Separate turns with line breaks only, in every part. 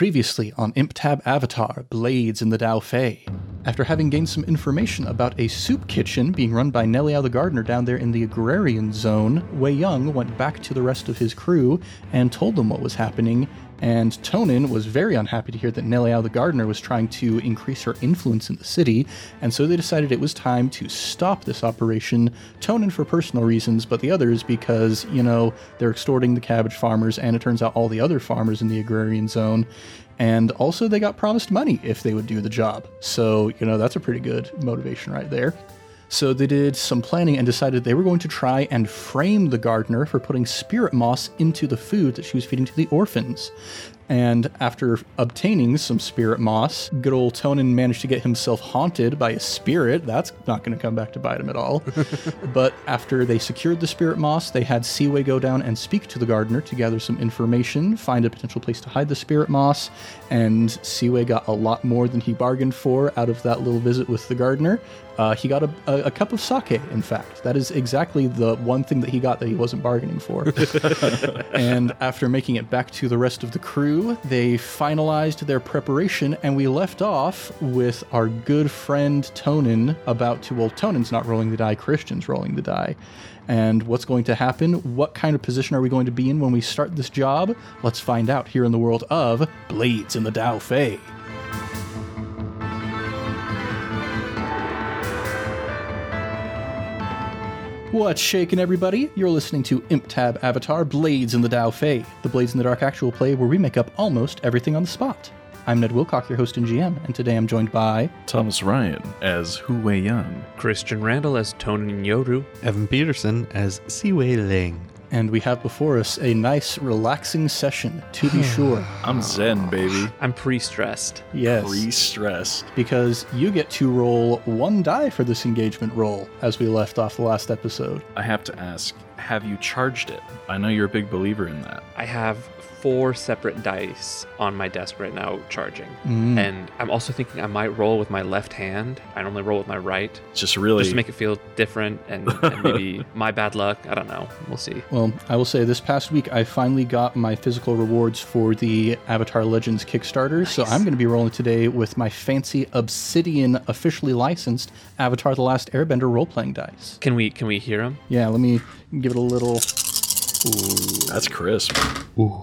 Previously on ImpTab Avatar Blades in the Dao Fei. After having gained some information about a soup kitchen being run by Neliao the gardener down there in the agrarian zone, Wei Young went back to the rest of his crew and told them what was happening. And Tonin was very unhappy to hear that Neliao the gardener was trying to increase her influence in the city, and so they decided it was time to stop this operation. Tonin for personal reasons, but the others because, you know, they're extorting the cabbage farmers, and it turns out all the other farmers in the agrarian zone. And also, they got promised money if they would do the job. So, you know, that's a pretty good motivation right there. So, they did some planning and decided they were going to try and frame the gardener for putting spirit moss into the food that she was feeding to the orphans. And after obtaining some spirit moss, good old Tonin managed to get himself haunted by a spirit. That's not going to come back to bite him at all. but after they secured the spirit moss, they had Seaway go down and speak to the gardener to gather some information, find a potential place to hide the spirit moss, and Seaway got a lot more than he bargained for out of that little visit with the gardener. Uh, he got a, a, a cup of sake, in fact. That is exactly the one thing that he got that he wasn't bargaining for. and after making it back to the rest of the crew, they finalized their preparation, and we left off with our good friend Tonin about to. Well, Tonin's not rolling the die, Christian's rolling the die. And what's going to happen? What kind of position are we going to be in when we start this job? Let's find out here in the world of Blades in the Dao Fei. What's shaking, everybody? You're listening to Imp Tab Avatar Blades in the Dao Fei, the Blades in the Dark actual play where we make up almost everything on the spot. I'm Ned Wilcock, your host and GM, and today I'm joined by.
Thomas Ryan as Hu Wei Yan.
Christian Randall as Tonin Yoru.
Evan Peterson as Siwei Ling.
And we have before us a nice, relaxing session, to be sure.
I'm Zen, baby.
I'm pre-stressed.
Yes.
Pre-stressed.
Because you get to roll one die for this engagement roll, as we left off the last episode.
I have to ask, have you charged it? I know you're a big believer in that.
I have four separate dice on my desk right now charging.
Mm.
And I'm also thinking I might roll with my left hand. I normally roll with my right.
Just really.
Just to make it feel different and, and maybe my bad luck. I don't know. We'll see.
Well, I will say this past week I finally got my physical rewards for the Avatar Legends Kickstarter, so I'm going to be rolling today with my fancy Obsidian officially licensed Avatar: The Last Airbender role-playing dice.
Can we can we hear him?
Yeah, let me give it a little.
that's crisp.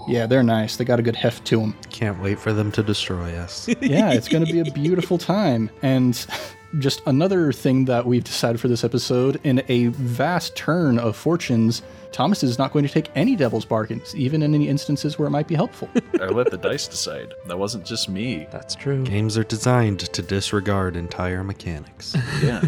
Yeah, they're nice. They got a good heft to them.
Can't wait for them to destroy us.
yeah, it's going to be a beautiful time. And just another thing that we've decided for this episode in a vast turn of fortunes, Thomas is not going to take any devil's bargains, even in any instances where it might be helpful.
I let the dice decide. That wasn't just me.
That's true.
Games are designed to disregard entire mechanics.
Yeah.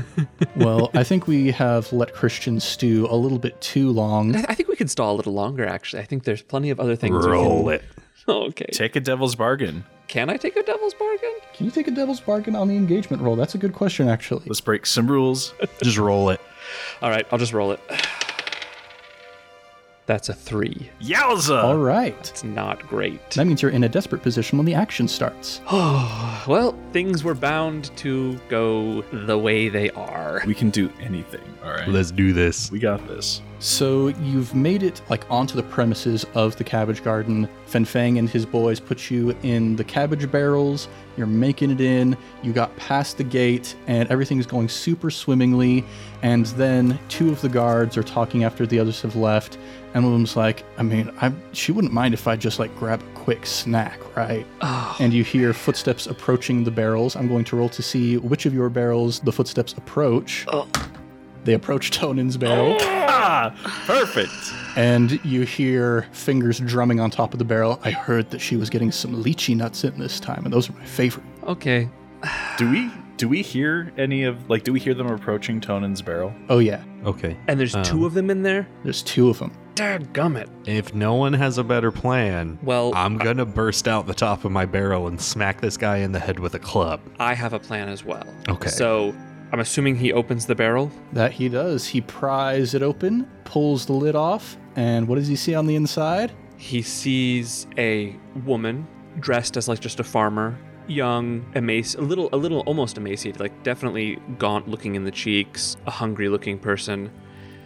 well, I think we have let Christian stew a little bit too long.
I, I think we could stall a little longer, actually. I think there's plenty of other things. we can-
it.
Okay.
Take a devil's bargain.
Can I take a devil's bargain?
Can you take a devil's bargain on the engagement roll? That's a good question, actually.
Let's break some rules.
Just roll it.
All right, I'll just roll it. That's a three.
Yowza!
All right.
It's not great.
That means you're in a desperate position when the action starts.
Well, things were bound to go the way they are.
We can do anything. All right.
Let's do this.
we got this.
So you've made it like onto the premises of the cabbage garden. Fen Fang and his boys put you in the cabbage barrels. You're making it in. You got past the gate, and everything's going super swimmingly. And then two of the guards are talking after the others have left, and one of them's like, "I mean, I she wouldn't mind if I just like grab a quick snack, right?" and you hear footsteps approaching the barrels. I'm going to roll to see which of your barrels the footsteps approach. They approach Tonin's barrel.
Ah, perfect.
And you hear fingers drumming on top of the barrel. I heard that she was getting some lychee nuts in this time, and those are my favorite.
Okay.
Do we do we hear any of like do we hear them approaching Tonin's barrel?
Oh, yeah,
Okay.
And there's two of them in there?
there's two of them.
Dadgummit.
If no one has a better plan,
Well,
I'm going to burst out the top of my barrel and smack this guy in the head with a club.
I have a plan as well.
Okay.
So I'm assuming he opens the barrel.
That he does. He pries it open, pulls the lid off, and what does he see on the inside?
He sees a woman dressed as like just a farmer, young, emaciated, a little, a little almost emaciated, like definitely gaunt looking in the cheeks, a hungry looking person,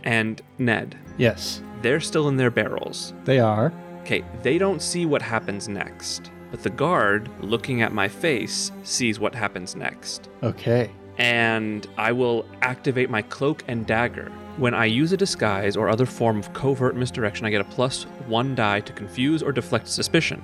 and Ned.
Yes,
They're still in their barrels.
they are.
Okay, they don't see what happens next. But the guard, looking at my face, sees what happens next
Okay.
and I will activate my cloak and dagger. When I use a disguise or other form of covert misdirection, I get a plus one die to confuse or deflect suspicion.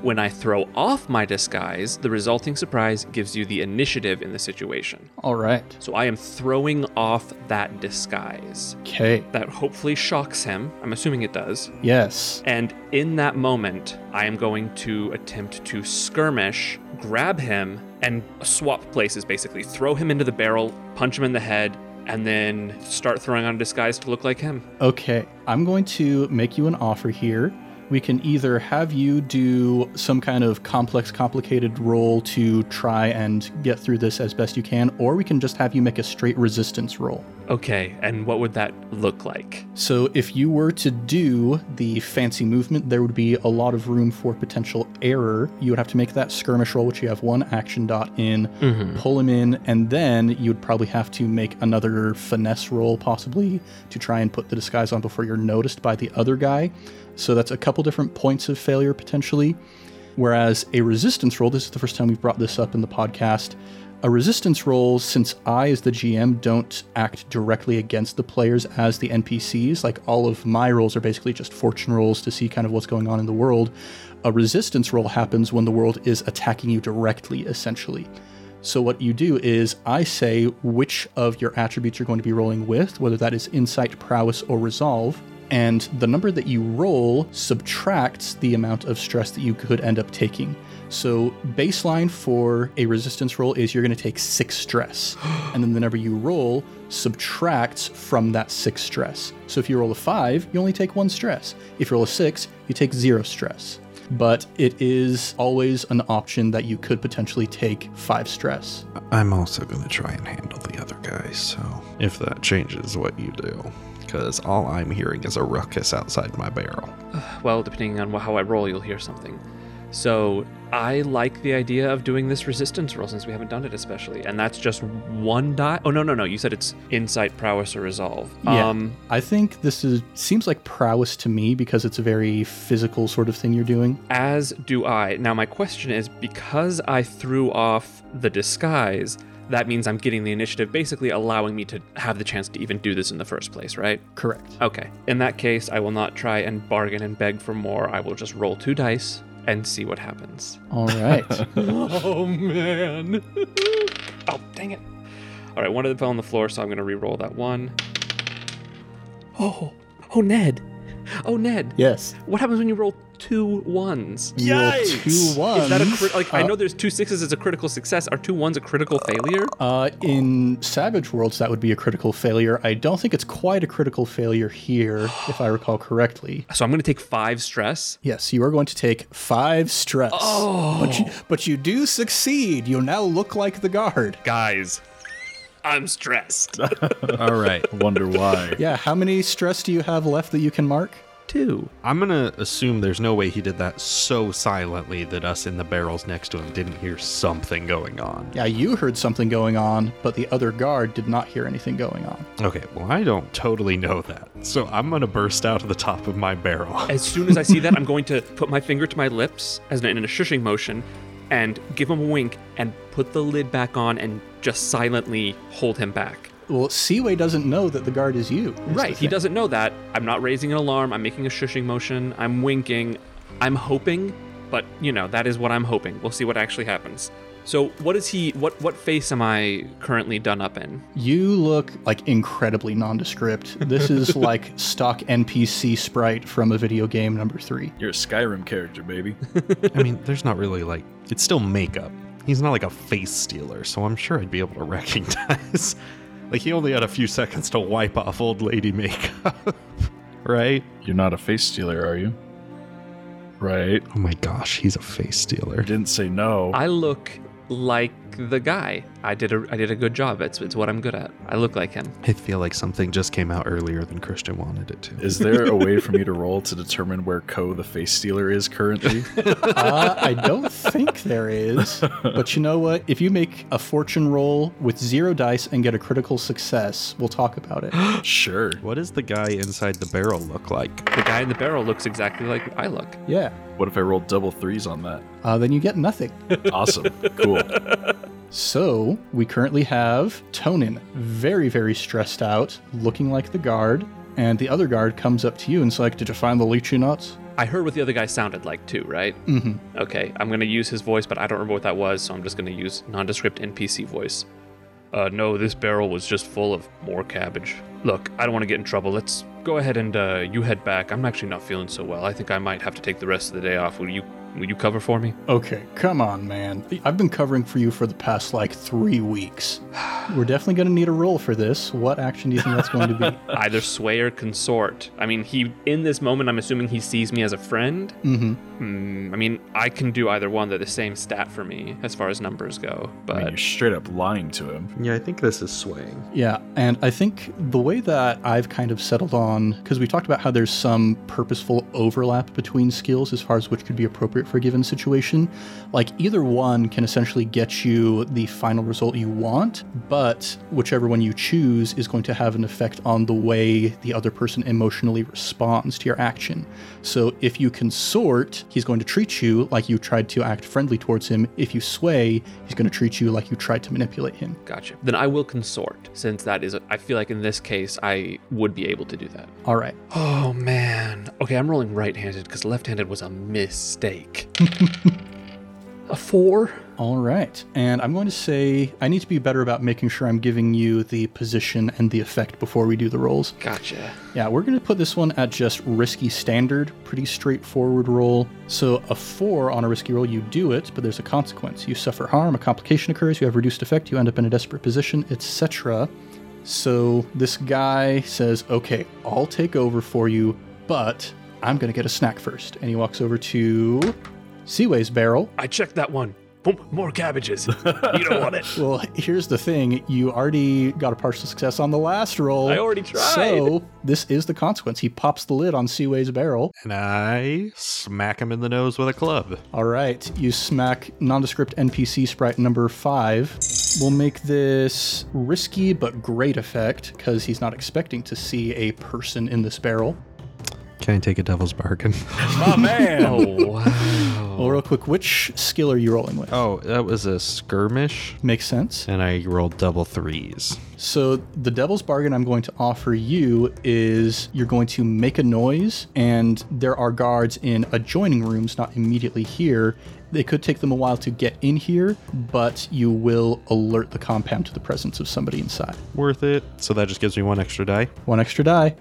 When I throw off my disguise, the resulting surprise gives you the initiative in the situation.
All right.
So I am throwing off that disguise.
Okay.
That hopefully shocks him. I'm assuming it does.
Yes.
And in that moment, I am going to attempt to skirmish, grab him, and swap places basically. Throw him into the barrel, punch him in the head, and then start throwing on a disguise to look like him.
Okay, I'm going to make you an offer here. We can either have you do some kind of complex, complicated roll to try and get through this as best you can, or we can just have you make a straight resistance roll.
Okay, and what would that look like?
So, if you were to do the fancy movement, there would be a lot of room for potential error. You would have to make that skirmish roll, which you have one action dot in, pull him in, and then you would probably have to make another finesse roll, possibly, to try and put the disguise on before you're noticed by the other guy. So, that's a couple different points of failure potentially. Whereas a resistance roll, this is the first time we've brought this up in the podcast. A resistance roll, since I, as the GM, don't act directly against the players as the NPCs, like all of my rolls are basically just fortune rolls to see kind of what's going on in the world. A resistance roll happens when the world is attacking you directly, essentially. So, what you do is I say which of your attributes you're going to be rolling with, whether that is insight, prowess, or resolve. And the number that you roll subtracts the amount of stress that you could end up taking. So, baseline for a resistance roll is you're going to take six stress. And then the number you roll subtracts from that six stress. So, if you roll a five, you only take one stress. If you roll a six, you take zero stress but it is always an option that you could potentially take five stress.
I'm also going to try and handle the other guy, so if that changes what you do, because all I'm hearing is a ruckus outside my barrel.
Well, depending on wh- how I roll, you'll hear something. So I like the idea of doing this resistance roll since we haven't done it, especially. And that's just one die. Oh, no, no, no. You said it's insight, prowess, or resolve.
Yeah.
Um,
I think this is seems like prowess to me because it's a very physical sort of thing you're doing.
As do I. Now, my question is because I threw off the disguise, that means I'm getting the initiative, basically allowing me to have the chance to even do this in the first place, right?
Correct.
Okay. In that case, I will not try and bargain and beg for more. I will just roll two dice and see what happens.
All right.
Oh, man. oh, dang it. All right, one of them fell on the floor, so I'm going to re roll that one. Oh, oh, Ned. Oh, Ned.
yes.
What happens when you roll two ones?
You roll Two ones.
Is that a crit- like? I know there's two sixes as a critical success. Are two ones a critical failure?
Uh, Uh, in Savage Worlds, that would be a critical failure. I don't think it's quite a critical failure here, if I recall correctly.
So I'm gonna take five stress.
Yes, you are going to take five stress. Oh. But you, but you do succeed. You now look like the guard.
Guys, I'm stressed.
All right.
Wonder why.
Yeah, how many stress do you have left that you can mark?
two.
I'm going to assume there's no way he did that so silently that us in the barrels next to him didn't hear something going on.
Yeah, you heard something going on, but the other guard did not hear anything going on.
Okay, well, I don't totally know that, so I'm going to burst out of the top of my barrel.
As soon as I see that, I'm going to put my finger to my lips as an, in a shushing motion, and give him a wink, and put the lid back on, and just silently hold him back.
Well, Seaway doesn't know that the guard is you. is the
Right. He
thing.
doesn't know that. I'm not raising an alarm. I'm making a shushing motion. I'm winking. I'm hoping, but you know, that is what I'm hoping. We'll see what actually happens. So, what is he what what face am I currently done up in?
You look like incredibly nondescript. This is like stock NPC sprite from a video game number three.
You're a Skyrim character, baby.
I mean, there's not really like it's still makeup. He's not like a face stealer, so I'm sure I'd be able to recognize. like he only had a few seconds to wipe off old lady makeup, right?
You're not a face stealer, are you? Right.
Oh my gosh, he's a face stealer.
Didn't say no.
I look like the guy. I did a I did a good job. It's it's what I'm good at. I look like him.
I feel like something just came out earlier than Christian wanted it to.
Is there a way for me to roll to determine where Ko the face stealer is currently?
Uh, I don't think there is. But you know what? If you make a fortune roll with zero dice and get a critical success, we'll talk about it.
sure.
What does the guy inside the barrel look like?
The guy in the barrel looks exactly like I look.
yeah.
What if I roll double threes on that?
Uh, then you get nothing.
Awesome. Cool.
So we currently have Tonin, very, very stressed out, looking like the guard. And the other guard comes up to you and's like, Did you find the lychee nuts?
I heard what the other guy sounded like too, right?
Mm-hmm.
Okay, I'm gonna use his voice, but I don't remember what that was, so I'm just gonna use nondescript NPC voice. Uh, no, this barrel was just full of more cabbage. Look, I don't want to get in trouble. Let's go ahead and uh, you head back. I'm actually not feeling so well. I think I might have to take the rest of the day off. Will you? Will you cover for me?
Okay, come on, man. I've been covering for you for the past like three weeks. We're definitely going to need a roll for this. What action do you think that's going to be?
Either sway or consort. I mean, he in this moment, I'm assuming he sees me as a friend.
Mm-hmm.
Hmm, I mean, I can do either one. They're the same stat for me as far as numbers go.
I mean,
But
you're straight up lying to him.
Yeah, I think this is swaying.
Yeah, and I think the way that I've kind of settled on, because we talked about how there's some purposeful overlap between skills as far as which could be appropriate for a given situation, like either one can essentially get you the final result you want, but whichever one you choose is going to have an effect on the way the other person emotionally responds to your action. So if you consort, he's going to treat you like you tried to act friendly towards him. If you sway, he's going to treat you like you tried to manipulate him.
Gotcha. Then I will consort, since that is. I feel like in this case, I would be able to do that.
All right.
Oh man. Okay, I'm rolling right-handed because left-handed was a mistake. a four.
All right. And I'm going to say I need to be better about making sure I'm giving you the position and the effect before we do the rolls.
Gotcha.
Yeah, we're going to put this one at just risky standard, pretty straightforward roll. So a four on a risky roll, you do it, but there's a consequence. You suffer harm, a complication occurs, you have reduced effect, you end up in a desperate position, etc. So this guy says, okay, I'll take over for you, but I'm going to get a snack first. And he walks over to Seaway's barrel.
I checked that one. Boom, more cabbages. you don't want it.
Well, here's the thing. You already got a partial success on the last roll.
I already tried.
So, this is the consequence. He pops the lid on Seaway's barrel.
And I smack him in the nose with a club.
All right. You smack nondescript NPC sprite number five. We'll make this risky but great effect because he's not expecting to see a person in this barrel.
Can I take a devil's bargain?
My man.
Oh wow.
Well, real quick, which skill are you rolling with?
oh, that was a skirmish.
Makes sense.
And I rolled double threes.
So the devil's bargain I'm going to offer you is you're going to make a noise, and there are guards in adjoining rooms, not immediately here. It could take them a while to get in here, but you will alert the compound to the presence of somebody inside.
Worth it. So that just gives me one extra die.
One extra die.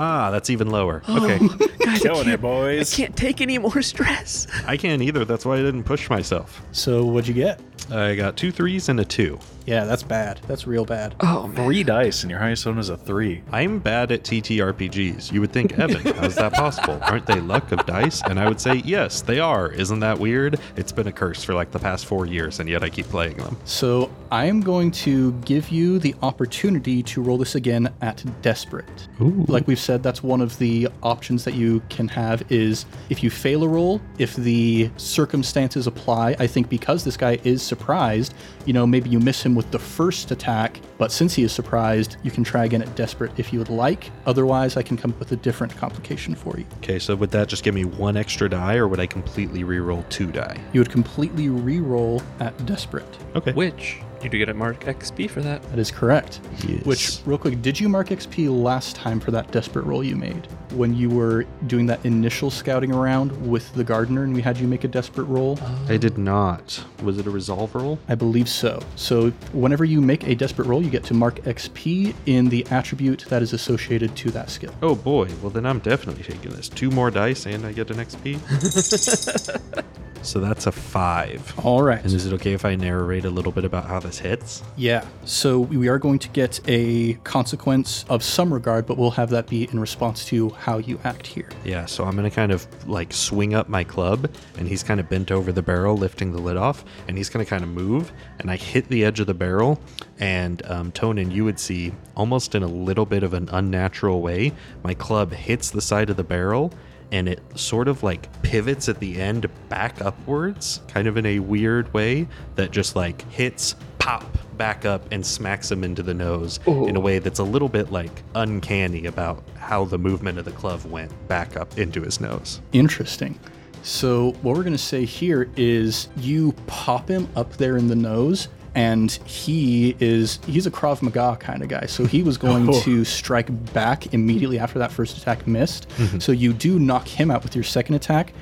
Ah, that's even lower. Okay.
Killing it, boys.
Can't take any more stress.
I can't either. That's why I didn't push myself.
So what'd you get?
I got two threes and a two.
Yeah, that's bad. That's real bad.
Oh man.
Three dice, and your highest one is a three.
I'm bad at TTRPGs. You would think, Evan, how's that possible? Aren't they luck of dice? And I would say, yes, they are. Isn't that weird? It's been a curse for like the past four years, and yet I keep playing them.
So I am going to give you the opportunity to roll this again at desperate.
Ooh.
Like we've said, that's one of the options that you can have is if you fail a roll, if the circumstances apply, I think because this guy is surprised, you know, maybe you miss him with the first attack, but since he is surprised, you can try again at desperate if you would like. Otherwise, I can come up with a different complication for you.
Okay, so would that just give me one extra die, or would I completely reroll two die?
You would completely re-roll at desperate.
Okay.
Which you do get a mark XP for that.
That is correct.
Yes.
Which, real quick, did you mark XP last time for that desperate roll you made when you were doing that initial scouting around with the gardener and we had you make a desperate roll?
I did not. Was it a resolve roll?
I believe so. So, whenever you make a desperate roll, you get to mark XP in the attribute that is associated to that skill.
Oh boy, well then I'm definitely taking this. Two more dice and I get an XP. So that's a five.
All right.
And is it okay if I narrate a little bit about how this hits?
Yeah. So we are going to get a consequence of some regard, but we'll have that be in response to how you act here.
Yeah, so I'm gonna kind of like swing up my club, and he's kind of bent over the barrel, lifting the lid off, and he's gonna kind of move, and I hit the edge of the barrel, and um, Tonin, you would see almost in a little bit of an unnatural way, my club hits the side of the barrel, and it sort of like pivots at the end back upwards, kind of in a weird way that just like hits, pop, back up, and smacks him into the nose in a way that's a little bit like uncanny about how the movement of the club went back up into his nose.
Interesting. So, what we're going to say here is you pop him up there in the nose, and he is he's a Krav Maga kind of guy. So, he was going to strike back immediately after that first attack missed. So, you do knock him out with your second attack,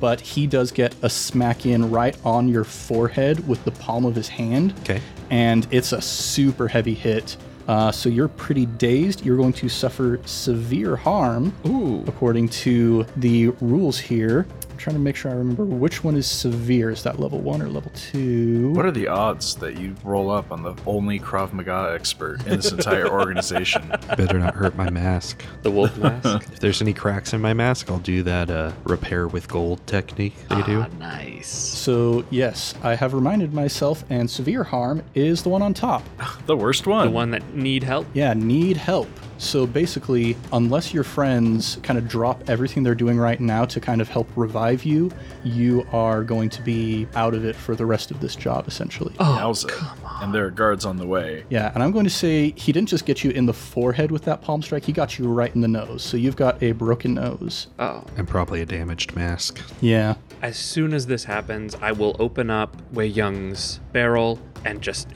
but he does get a smack in right on your forehead with the palm of his hand.
Okay.
And it's a super heavy hit. Uh, so, you're pretty dazed. You're going to suffer severe harm
Ooh.
according to the rules here. I'm trying to make sure I remember which one is severe. Is that level one or level two?
What are the odds that you roll up on the only Krav Maga expert in this entire organization?
Better not hurt my mask.
The wolf mask.
If there's any cracks in my mask, I'll do that uh, repair with gold technique they do.
Ah, nice.
So, yes, I have reminded myself, and severe harm is the one on top.
The worst one.
The one that need help.
Yeah, need help. So basically, unless your friends kind of drop everything they're doing right now to kind of help revive you, you are going to be out of it for the rest of this job, essentially.
Yowza.
Oh,
And there are guards on the way.
Yeah, and I'm going to say he didn't just get you in the forehead with that palm strike, he got you right in the nose. So you've got a broken nose.
Oh.
And probably a damaged mask.
Yeah.
As soon as this happens, I will open up Wei Young's barrel and just.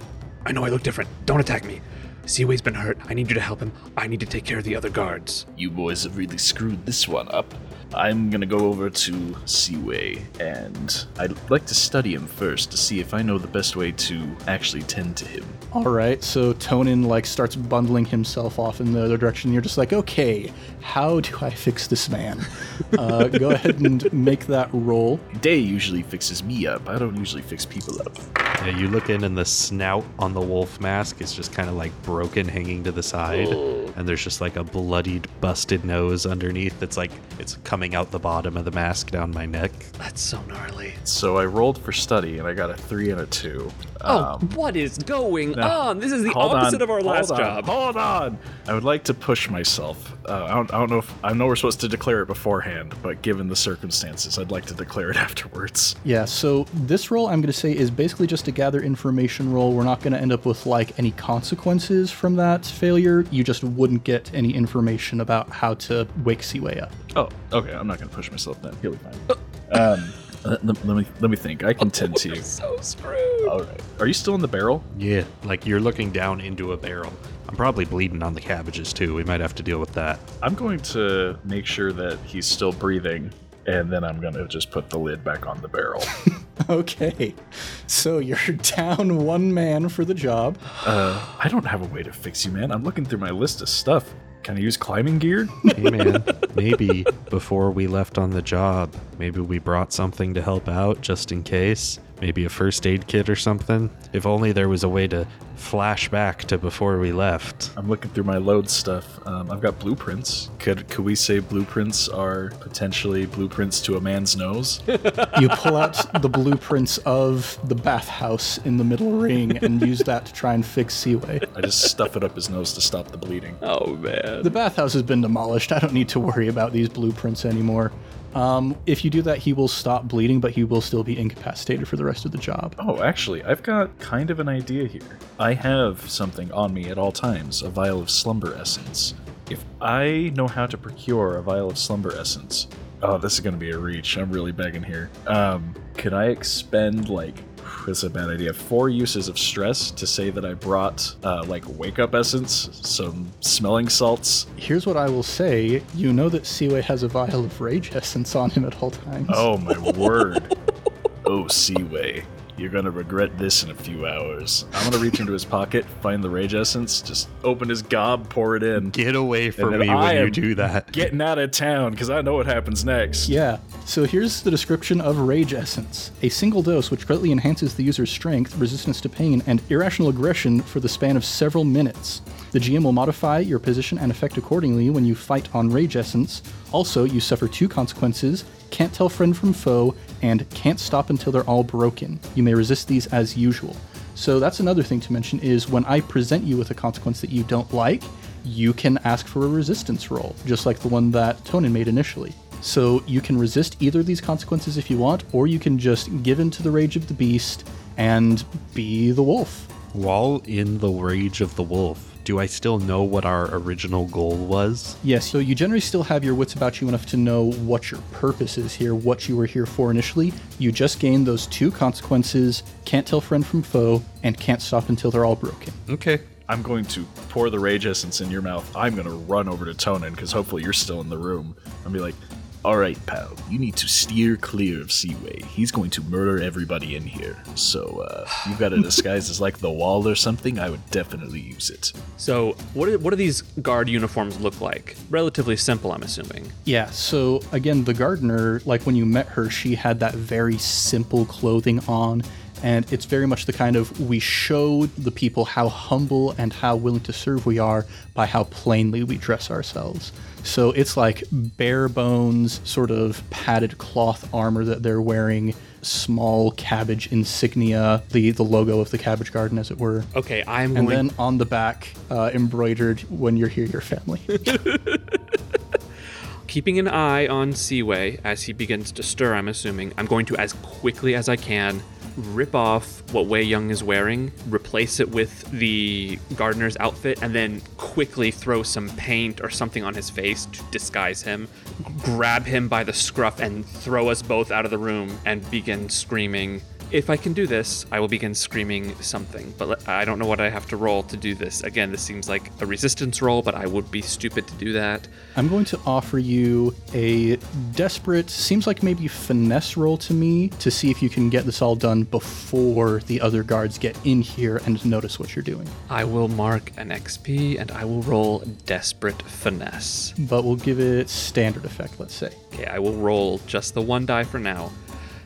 I know I look different. Don't attack me. See, Wei's been hurt. I need you to help him. I need to take care of the other guards.
You boys have really screwed this one up. I'm gonna go over to Seaway, and I'd like to study him first to see if I know the best way to actually tend to him.
All right, so Tonin like starts bundling himself off in the other direction. You're just like, okay, how do I fix this man? Uh, go ahead and make that roll.
Day usually fixes me up. I don't usually fix people up.
Yeah, you look in and the snout on the wolf mask is just kind of like broken hanging to the side. And there's just like a bloodied, busted nose underneath that's like, it's coming out the bottom of the mask down my neck.
That's so gnarly.
So I rolled for study, and I got a three and a two. Uh,
oh, what is going on? This is Oh, the
Um, Hold on,
opposite of our
hold
last
on,
job.
Hold on. I would like to push myself. Uh, I, don't, I don't know if I know we're supposed to declare it beforehand, but given the circumstances, I'd like to declare it afterwards.
Yeah, so this roll I'm going to say is basically just a gather information roll. We're not going to end up with like any consequences from that failure. You just wouldn't get any information about how to wake Seaway up.
Oh, okay. I'm not gonna push myself then. He'll be fine. um, let, let me let me think. I can tend to you.
So screwed.
All right. Are you still in the barrel?
Yeah. Like you're looking down into a barrel. I'm probably bleeding on the cabbages too. We might have to deal with that.
I'm going to make sure that he's still breathing, and then I'm gonna just put the lid back on the barrel.
Okay, so you're down one man for the job.
uh, I don't have a way to fix you, man. I'm looking through my list of stuff. Can I use climbing gear?
Hey man, maybe before we left on the job, maybe we brought something to help out just in case. Maybe a first aid kit or something. If only there was a way to flash back to before we left.
I'm looking through my load stuff. Um, I've got blueprints. Could could we say blueprints are potentially blueprints to a man's nose?
You pull out the blueprints of the bathhouse in the middle ring and use that to try and fix Seaway.
I just stuff it up his nose to stop the bleeding.
Oh man.
The bathhouse has been demolished. I don't need to worry about these blueprints anymore. Um, if you do that, he will stop bleeding, but he will still be incapacitated for the rest of the job.
Oh, actually, I've got kind of an idea here. I have something on me at all times a vial of slumber essence. If I know how to procure a vial of slumber essence, oh, this is going to be a reach. I'm really begging here. Um, could I expend, like, that's a bad idea. Four uses of stress to say that I brought, uh, like, wake up essence, some smelling salts.
Here's what I will say you know that Seaway has a vial of rage essence on him at all times.
Oh, my word. Oh, Seaway. You're gonna regret this in a few hours. I'm gonna reach into his pocket, find the rage essence, just open his gob, pour it in.
Get away from
then
me
I
when you
am
do that.
Getting out of town, because I know what happens next.
Yeah. So here's the description of Rage Essence a single dose which greatly enhances the user's strength, resistance to pain, and irrational aggression for the span of several minutes. The GM will modify your position and effect accordingly when you fight on Rage Essence. Also, you suffer two consequences can't tell friend from foe, and can't stop until they're all broken. You may resist these as usual. So that's another thing to mention is when I present you with a consequence that you don't like, you can ask for a resistance roll, just like the one that Tonin made initially. So you can resist either of these consequences if you want, or you can just give in to the rage of the beast and be the wolf.
While in the rage of the wolf, do I still know what our original goal was?
Yes, so you generally still have your wits about you enough to know what your purpose is here, what you were here for initially. You just gain those two consequences can't tell friend from foe, and can't stop until they're all broken.
Okay.
I'm going to pour the rage essence in your mouth. I'm going to run over to Tonin because hopefully you're still in the room. I'll be like, all right, pal, you need to steer clear of Seaway. He's going to murder everybody in here. So uh, you've got a disguise as like the wall or something. I would definitely use it.
So, what do, what do these guard uniforms look like? Relatively simple, I'm assuming.
Yeah, so again, the gardener, like when you met her, she had that very simple clothing on. And it's very much the kind of we show the people how humble and how willing to serve we are by how plainly we dress ourselves. So it's like bare bones, sort of padded cloth armor that they're wearing, small cabbage insignia, the, the logo of the cabbage garden, as it were.
Okay, I'm
And
going.
then on the back, uh, embroidered, when you're here, your family.
keeping an eye on Seaway as he begins to stir, I'm assuming, I'm going to, as quickly as I can, rip off what Wei Young is wearing, replace it with the gardener's outfit, and then quickly throw some paint or something on his face to disguise him, grab him by the scruff, and throw us both out of the room and begin screaming. If I can do this, I will begin screaming something, but let- I don't know what I have to roll to do this. Again, this seems like a resistance roll, but I would be stupid to do that.
I'm going to offer you a desperate, seems like maybe finesse roll to me to see if you can get this all done before the other guards get in here and notice what you're doing.
I will mark an XP and I will roll Desperate Finesse.
But we'll give it standard effect, let's say.
Okay, I will roll just the one die for now.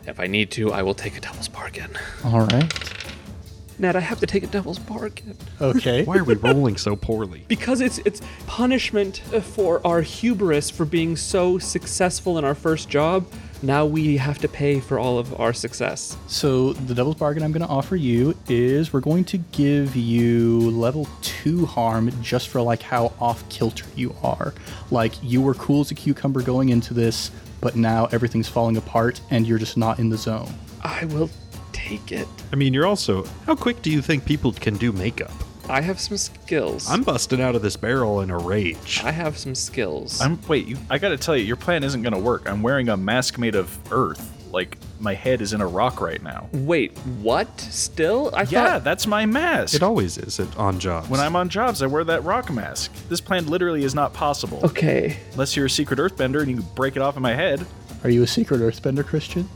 If I need to, I will take a Devil's Bargain.
All right.
Ned, I have to take a Devil's Bargain.
Okay.
Why are we rolling so poorly?
Because it's it's punishment for our hubris for being so successful in our first job. Now we have to pay for all of our success.
So the devil's bargain I'm going to offer you is we're going to give you level two harm just for like how off kilter you are. Like you were cool as a cucumber going into this, but now everything's falling apart and you're just not in the zone.
I will take it.
I mean, you're also. How quick do you think people can do makeup?
I have some skills.
I'm busting out of this barrel in a rage.
I have some skills.
I'm wait. You, I gotta tell you, your plan isn't gonna work. I'm wearing a mask made of earth. Like my head is in a rock right now.
Wait, what? Still? I
Yeah,
thought
that's my mask.
It always is at, on jobs.
when I'm on jobs, I wear that rock mask. This plan literally is not possible.
Okay.
Unless you're a secret earthbender and you can break it off in my head.
Are you a secret earthbender, Christian?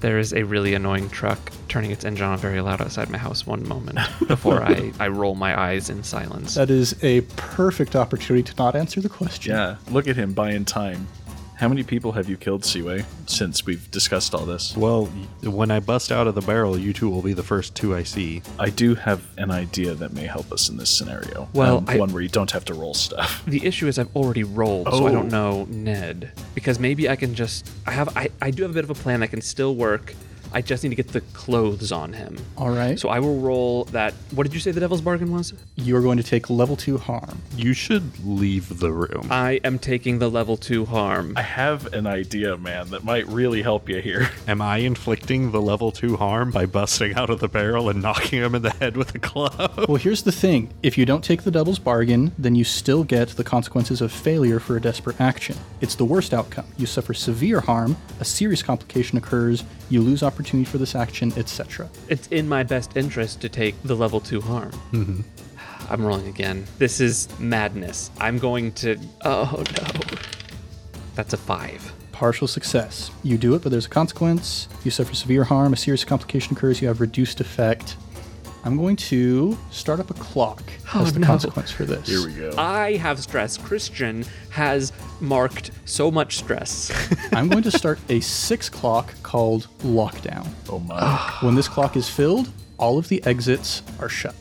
There is a really annoying truck turning its engine on very loud outside my house one moment before I, I roll my eyes in silence.
That is a perfect opportunity to not answer the question.
Yeah, look at him buying time. How many people have you killed, Seaway, since we've discussed all this?
well, y- when I bust out of the barrel, you two will be the first two I see.
I do have an idea that may help us in this scenario. Um,
Well, I-
one where you don't have to roll stuff.
the issue is I've already rolled, so I
Oh.
don't know Ned. Because maybe I can just I have I, I do have a bit of a plan that can still work. I just need to get the clothes on him.
All right.
So I will roll that what did you say the devil's bargain was?
You are going to take level two harm.
You should leave the room.
I am taking the level two harm.
I have an idea, man, that might really help you here.
Am I inflicting the level two harm by busting out of the barrel and knocking him in the head with a club?
Well, here's the thing if you don't take the devil's bargain, then you still get the consequences of failure for a desperate action. It's the worst outcome. You suffer severe harm, a serious complication occurs, you lose opportunity for this action, etc.
It's in my best interest to take the level two harm. I'm rolling again. This is madness. I'm going to. Oh no. That's a five.
partial success. You do it, but there's a consequence. You suffer severe harm. A serious complication occurs. You have reduced effect. I'm going to start up a clock as the
no.
consequence for this.
Here we go.
I have stress. Christian has marked so much stress.
I'm going to start a six clock called lockdown.
oh
uh.
my.
When this clock is filled, all of the exits are shut.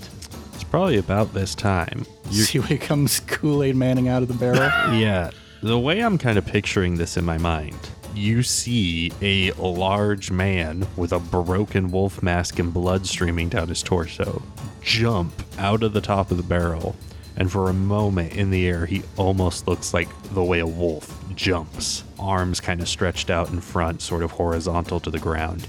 It's probably about this time. You're,
See what comes Kool Aid Manning out of the barrel.
yeah. The way I'm kind of picturing this in my mind, you see a large man with a broken wolf mask and blood streaming down his torso jump out of the top of the barrel. And for a moment in the air, he almost looks like the way a wolf jumps, arms kind of stretched out in front, sort of horizontal to the ground.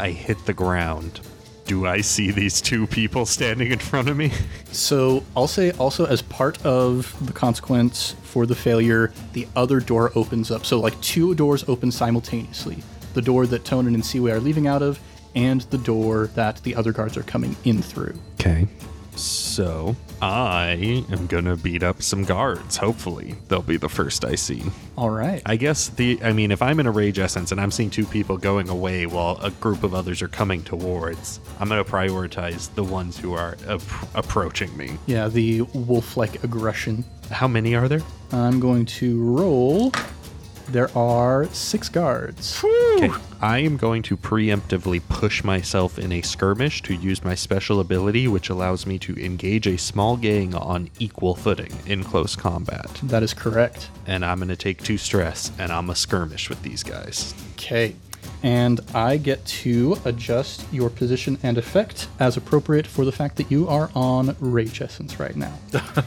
I hit the ground. Do I see these two people standing in front of me?
So I'll say also as part of the consequence for the failure, the other door opens up. So like two doors open simultaneously. The door that Tonin and Siwe are leaving out of, and the door that the other guards are coming in through.
Okay. So I am gonna beat up some guards. Hopefully, they'll be the first I see.
All right.
I guess the I mean, if I'm in a rage essence and I'm seeing two people going away while a group of others are coming towards, I'm gonna prioritize the ones who are ap- approaching me.
yeah, the wolf-like aggression.
How many are there?
I'm going to roll. There are six guards.
Okay. I am going to preemptively push myself in a skirmish to use my special ability, which allows me to engage a small gang on equal footing in close combat.
That is correct.
and I'm gonna take two stress and I'm a skirmish with these guys.
Okay. And I get to adjust your position and effect as appropriate for the fact that you are on Rage Essence right now.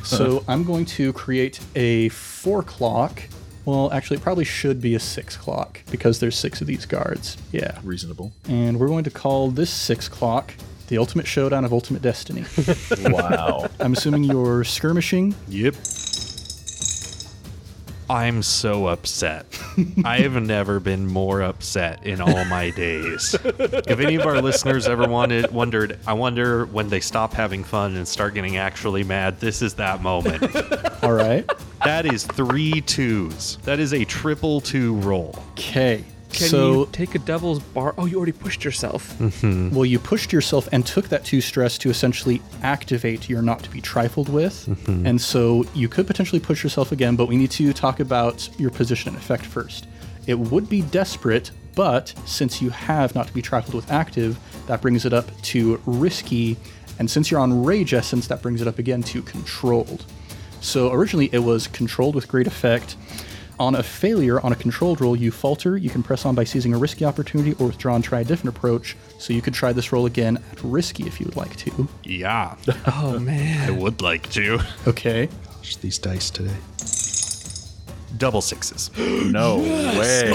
so I'm going to create a four clock. Well, actually, it probably should be a six clock because there's six of these guards. Yeah.
Reasonable.
And we're going to call this six clock the ultimate showdown of ultimate destiny.
Wow.
I'm assuming you're skirmishing.
Yep. I'm so upset. I have never been more upset in all my days. If any of our listeners ever wanted wondered, I wonder when they stop having fun and start getting actually mad, this is that moment.
All right.
That is three twos. That is a triple two roll.
Okay.
Can
so
you take a devil's bar? Oh, you already pushed yourself.
Well, you pushed yourself and took that two stress to essentially activate your not to be trifled with. And so you could potentially push yourself again, but we need to talk about your position and effect first. It would be desperate, but since you have not to be trifled with active, that brings it up to risky. And since you're on rage essence, that brings it up again to controlled. So originally it was controlled with great effect. On a failure on a controlled roll, you falter. You can press on by seizing a risky opportunity or withdraw and try a different approach. So you could try this roll again at risky if you would like to.
Yeah.
Oh man.
I would like to.
Okay.
Gosh, these dice today.
Double sixes.
No way.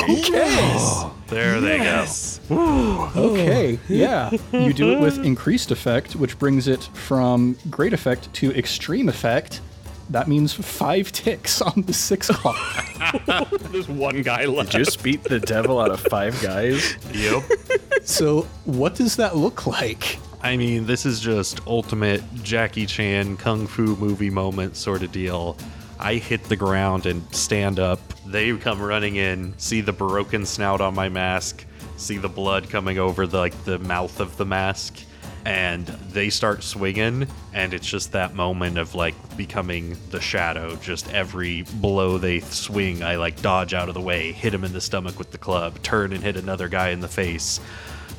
There they
Oh. Okay. Yeah. you do it with increased effect, which brings it from great effect to extreme effect. That means five ticks on the six clock.
There's one guy left.
Just beat the devil out of five guys.
go. Yep.
so what does that look like?
I mean, this is just ultimate Jackie Chan kung fu movie moment sort of deal. I hit the ground and stand up. They come running in, see the broken snout on my mask, see the blood coming over the, like the mouth of the mask, and they start swinging. And it's just that moment of like becoming the shadow. Just every blow they swing, I like dodge out of the way, hit him in the stomach with the club, turn and hit another guy in the face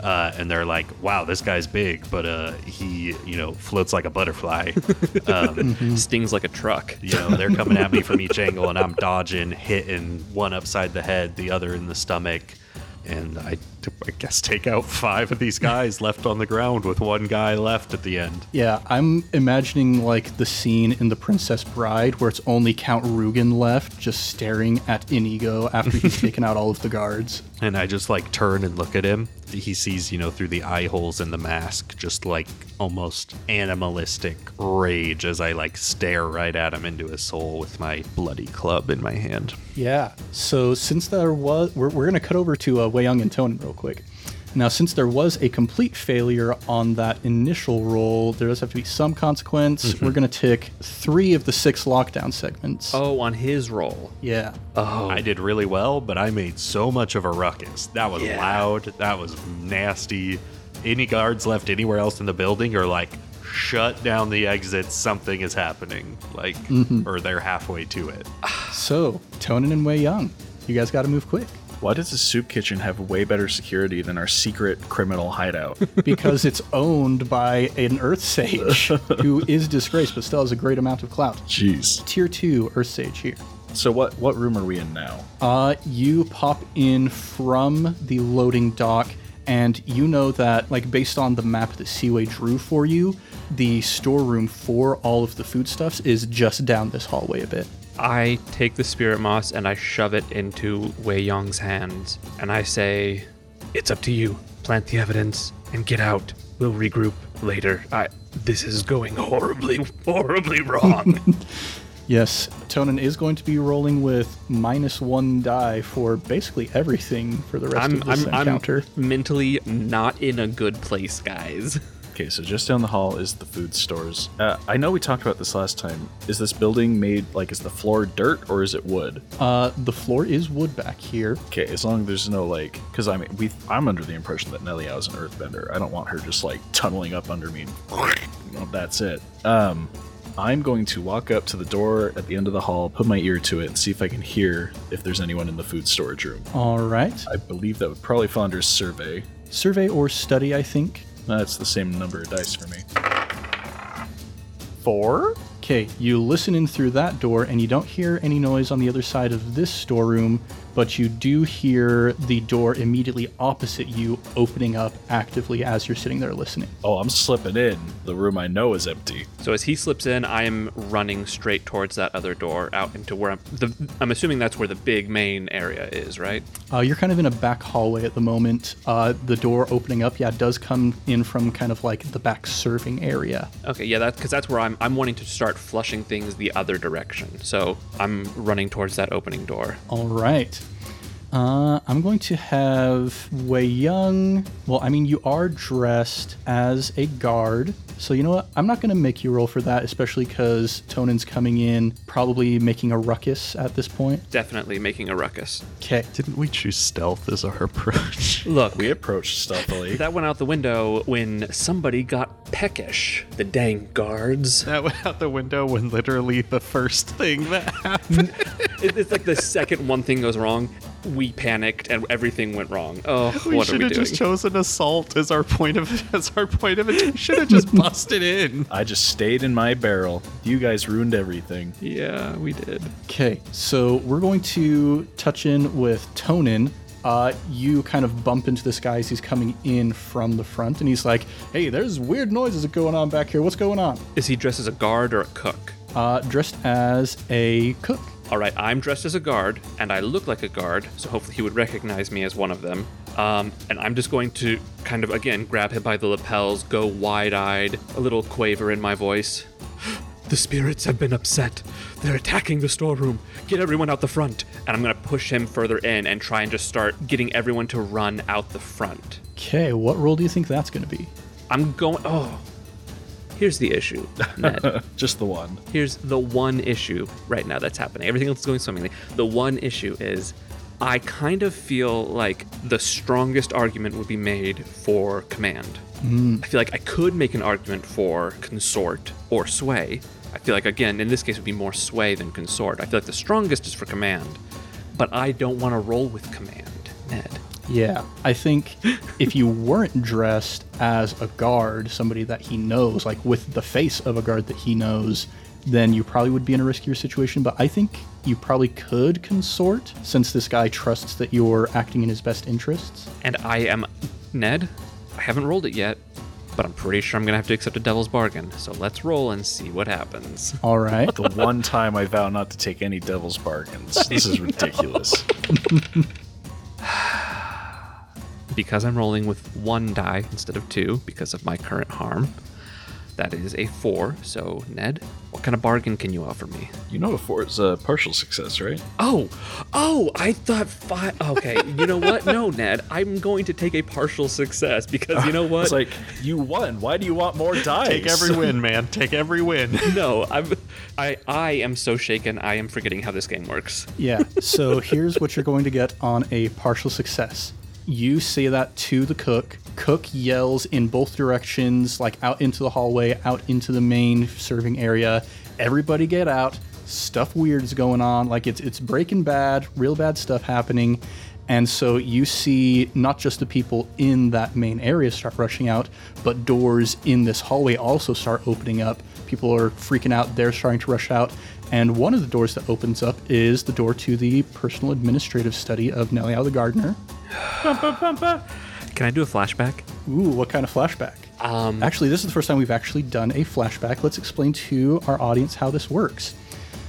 uh, and they're like, "Wow, this guy's big, but uh, he, you know, floats like a butterfly." um,
Stings like a truck.
you know, they're coming at me from each angle, and I'm dodging, hitting one upside the head, the other in the stomach, and I, I guess, take out five of these guys left on the ground with one guy left at the end.
Yeah, I'm imagining like the scene in The Princess Bride where it's only Count Rugen left, just staring at Inigo after he's taken out all of the guards.
And I just like turn and look at him. He sees, you know, through the eye holes in the mask, just like almost animalistic rage as I like stare right at him into his soul with my bloody club in my hand.
Yeah. So since there was, we're, we're gonna cut over to uh, Wei Young and Tonin real quick. Now, since there was a complete failure on that initial roll, there does have to be some consequence. We're going to tick three of the six lockdown segments.
Oh, on his roll.
Yeah.
I did really well, but I made so much of a ruckus. That was
Yeah.
loud. That was nasty. Any guards left anywhere else in the building are like, shut down the exit. Something is happening. Like, or they're halfway to it.
So, Tonin and Wei Young, you guys got to move quick
Why does the soup kitchen have way better security than our secret criminal hideout?
because it's owned by an Earth Sage who is disgraced but still has a great amount of clout.
Jeez.
Tier two Earth Sage here.
So what what room are we in now?
Uh, you pop in from the loading dock, and you know that, like, based on the map that Seaway drew for you, the storeroom for all of the foodstuffs is just down this hallway a bit.
I take the spirit moss and I shove it into Wei Yong's hands. And I say, It's up to you. Plant the evidence and get out. We'll regroup later. I. This is going horribly, horribly wrong.
Yes, Tonin is going to be rolling with minus one die for basically everything for the rest
I'm,
of this
I'm,
encounter.
I'm mentally not in a good place, guys.
Okay, so just down the hall is the food stores. Uh, I know we talked about this last time. Is this building made like is the floor dirt or is it wood?
Uh, the floor is wood back here.
Okay, as long as there's no like, because I mean, we I'm under the impression that Nelia is an Earthbender. I don't want her just like tunneling up under me. Well, that's it. Um, I'm going to walk up to the door at the end of the hall, put my ear to it, and see if I can hear if there's anyone in the food storage room.
All right.
I believe that would probably fall under survey.
Survey or study, I think.
That's the same number of dice for me. Four.
Okay, you listen in through that door and you don't hear any noise on the other side of this storeroom, but you do hear the door immediately opposite you opening up actively as you're sitting there listening.
Oh, I'm slipping in. The room I know is empty.
So as he slips in, I am running straight towards that other door out into where I'm. The, I'm assuming that's where the big main area is, right?
Uh, you're kind of in a back hallway at the moment. Uh, the door opening up, yeah, does come in from kind of like the back serving area.
Okay, yeah, that's because that's where I'm. I'm wanting to start flushing things the other direction. So I'm running towards that opening door.
All right. Uh, I'm going to have Wei Young. Well, I mean, you are dressed as a guard. So, you know what? I'm not going to make you roll for that, especially because Tonin's coming in, probably making a ruckus at this point.
Definitely making a ruckus.
Okay.
Didn't we choose stealth as our approach?
Look,
We approached stealthily.
that went out the window when somebody got peckish. The dang guards.
that went out the window when literally the first thing that happened.
It- it's like the second one thing goes wrong, we panicked and everything went wrong. Oh,
We
what are
should
we
have
doing?
just chosen assault as our point of as our point of attack. Should have just busted in.
I just stayed in my barrel. You guys ruined everything.
yeah, we did.
Okay. So, we're going to touch in with Tonin. Uh, you kind of bump into this guy as he's coming in from the front, and he's like, hey, there's weird noises going on back here. What's going on?
Is he dressed as a guard or a cook?
Uh, dressed as a cook.
All right, I'm dressed as a guard, and I look like a guard, so hopefully he would recognize me as one of them. Um, and I'm just going to kind of again grab him by the lapels, go wide-eyed, a little quaver in my voice. The spirits have been upset. They're attacking the storeroom. Get everyone out the front. And I'm gonna push him further in and try and just start getting everyone to run out the front.
Okay, what role do you think that's going to be?
I'm going. Oh, here's the issue, Ned.
Just the one.
here's the one issue right now that's happening. Everything else is going swimmingly. The one issue is I kind of feel like the strongest argument would be made for command. I feel like I could make an argument for consort or sway. I feel like, again, in this case, it would be more sway than consort. I feel like the strongest is for command, but I don't want to roll with command, Ned.
Yeah, I think if you weren't dressed as a guard, somebody that he knows, like with the face of a guard that he knows, then you probably would be in a riskier situation. But I think you probably could consort since this guy trusts that you're acting in his best interests.
And I am Ned. I haven't rolled it yet, but I'm pretty sure I'm gonna have to accept a devil's bargain. So let's roll and see what happens.
All right.
The one time I vow not to take any devil's bargains. This is ridiculous.
Because I'm rolling with one die instead of two because of my current harm. That is a four. So, Ned, what kind of bargain can you offer me?
You know, a four is a partial success, right?
Oh, oh, I thought five. Okay, you know what? No, Ned, I'm going to take a partial success because you know what?
It's like you won. Why do you want more dice?
Take every win, man. Take every win.
no, I'm, I, I am so shaken. I am forgetting how this game works.
Yeah. So here's what you're going to get on a partial success. You say that to the cook. Cook yells in both directions, like out into the hallway, out into the main serving area. Everybody get out. Stuff weird's going on. Like it's it's breaking bad, real bad stuff happening. And so you see not just the people in that main area start rushing out, but doors in this hallway also start opening up. People are freaking out, they're starting to rush out. And one of the doors that opens up is the door to the personal administrative study of Neliao the gardener.
Can I do a flashback?
Ooh, what kind of flashback? Um, actually, this is the first time we've actually done a flashback. Let's explain to our audience how this works.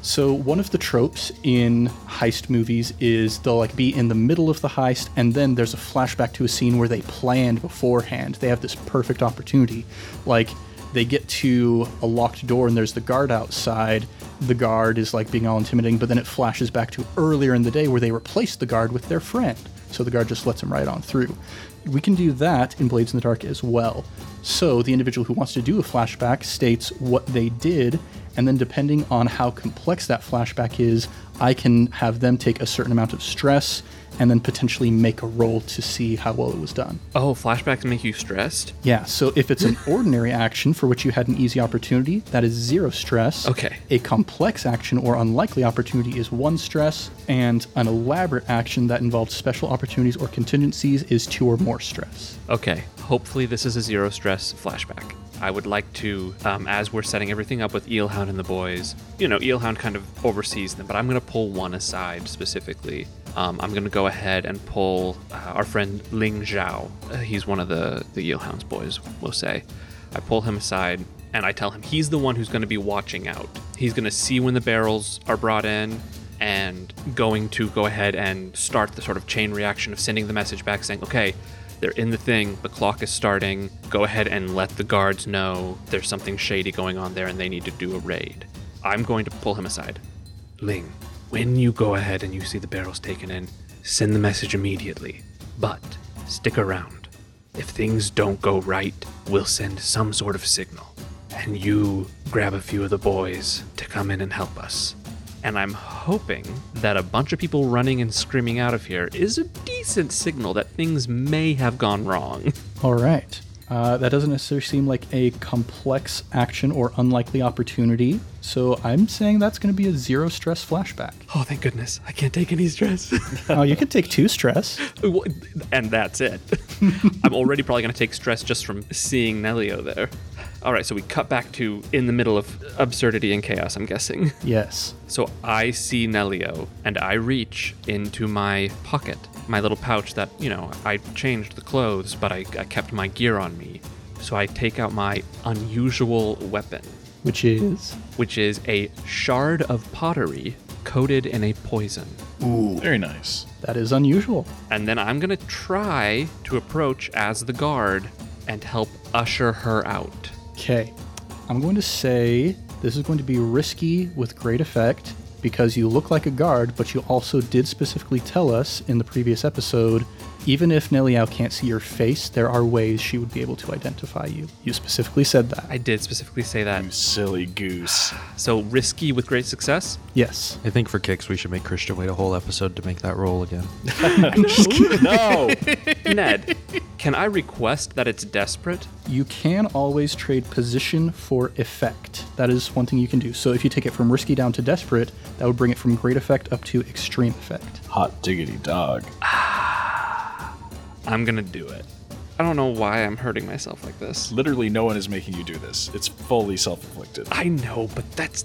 So, one of the tropes in heist movies is they'll like be in the middle of the heist, and then there's a flashback to a scene where they planned beforehand. They have this perfect opportunity, like they get to a locked door and there's the guard outside. The guard is like being all intimidating, but then it flashes back to earlier in the day where they replaced the guard with their friend. So the guard just lets him right on through. We can do that in Blades in the Dark as well. So the individual who wants to do a flashback states what they did, and then depending on how complex that flashback is, I can have them take a certain amount of stress and then potentially make a roll to see how well it was done.
Oh, flashbacks make you stressed?
Yeah, so if it's an ordinary action for which you had an easy opportunity, that is zero stress.
Okay.
A complex action or unlikely opportunity is one stress, and an elaborate action that involves special opportunities or contingencies is two or more stress.
Okay, hopefully this is a zero stress flashback. I would like to, um, as we're setting everything up with Eelhound and the boys, you know, Eelhound kind of oversees them, but I'm going to pull one aside specifically. Um, I'm going to go ahead and pull uh, our friend Ling Zhao. Uh, he's one of the, the Eelhound's boys, we'll say. I pull him aside and I tell him he's the one who's going to be watching out. He's going to see when the barrels are brought in and going to go ahead and start the sort of chain reaction of sending the message back saying, okay, they're in the thing, the clock is starting, go ahead and let the guards know there's something shady going on there and they need to do a raid. I'm going to pull him aside. Ling, when you go ahead and you see the barrels taken in, send the message immediately. But stick around. If things don't go right, we'll send some sort of signal. And you grab a few of the boys to come in and help us. And I'm hoping that a bunch of people running and screaming out of here is a decent signal that things may have gone wrong.
All right. Uh, that doesn't necessarily seem like a complex action or unlikely opportunity, so I'm saying that's going to be a zero stress flashback.
Oh, thank goodness. I can't take any stress.
oh, you could take two stress.
and that's it. I'm already probably going to take stress just from seeing Nelio there. All right, so we cut back to in the middle of absurdity and chaos, I'm guessing.
Yes.
So I see Nelio and I reach into my pocket, my little pouch that, you know, I changed the clothes, but I, I kept my gear on me. So I take out my unusual weapon,
Which is.
which is a shard of pottery coated in a poison.
Very nice.
That is unusual.
And then I'm going to try to approach as the guard and help usher her out.
Okay. I'm going to say this is going to be risky with great effect because you look like a guard, but you also did specifically tell us in the previous episode even if Neliao can't see your face, there are ways she would be able to identify you. You specifically said that.
I did specifically say that.
You silly goose.
So risky with great success.
Yes.
I think for kicks, we should make Christian wait a whole episode to make that roll again.
no.
Ned, can I request that it's desperate?
You can always trade position for effect. That is one thing you can do. So if you take it from risky down to desperate, that would bring it from great effect up to extreme effect.
Hot diggity dog.
I'm gonna do it. I don't know why I'm hurting myself like this.
Literally, no one is making you do this. It's fully self-inflicted.
I know, but that's.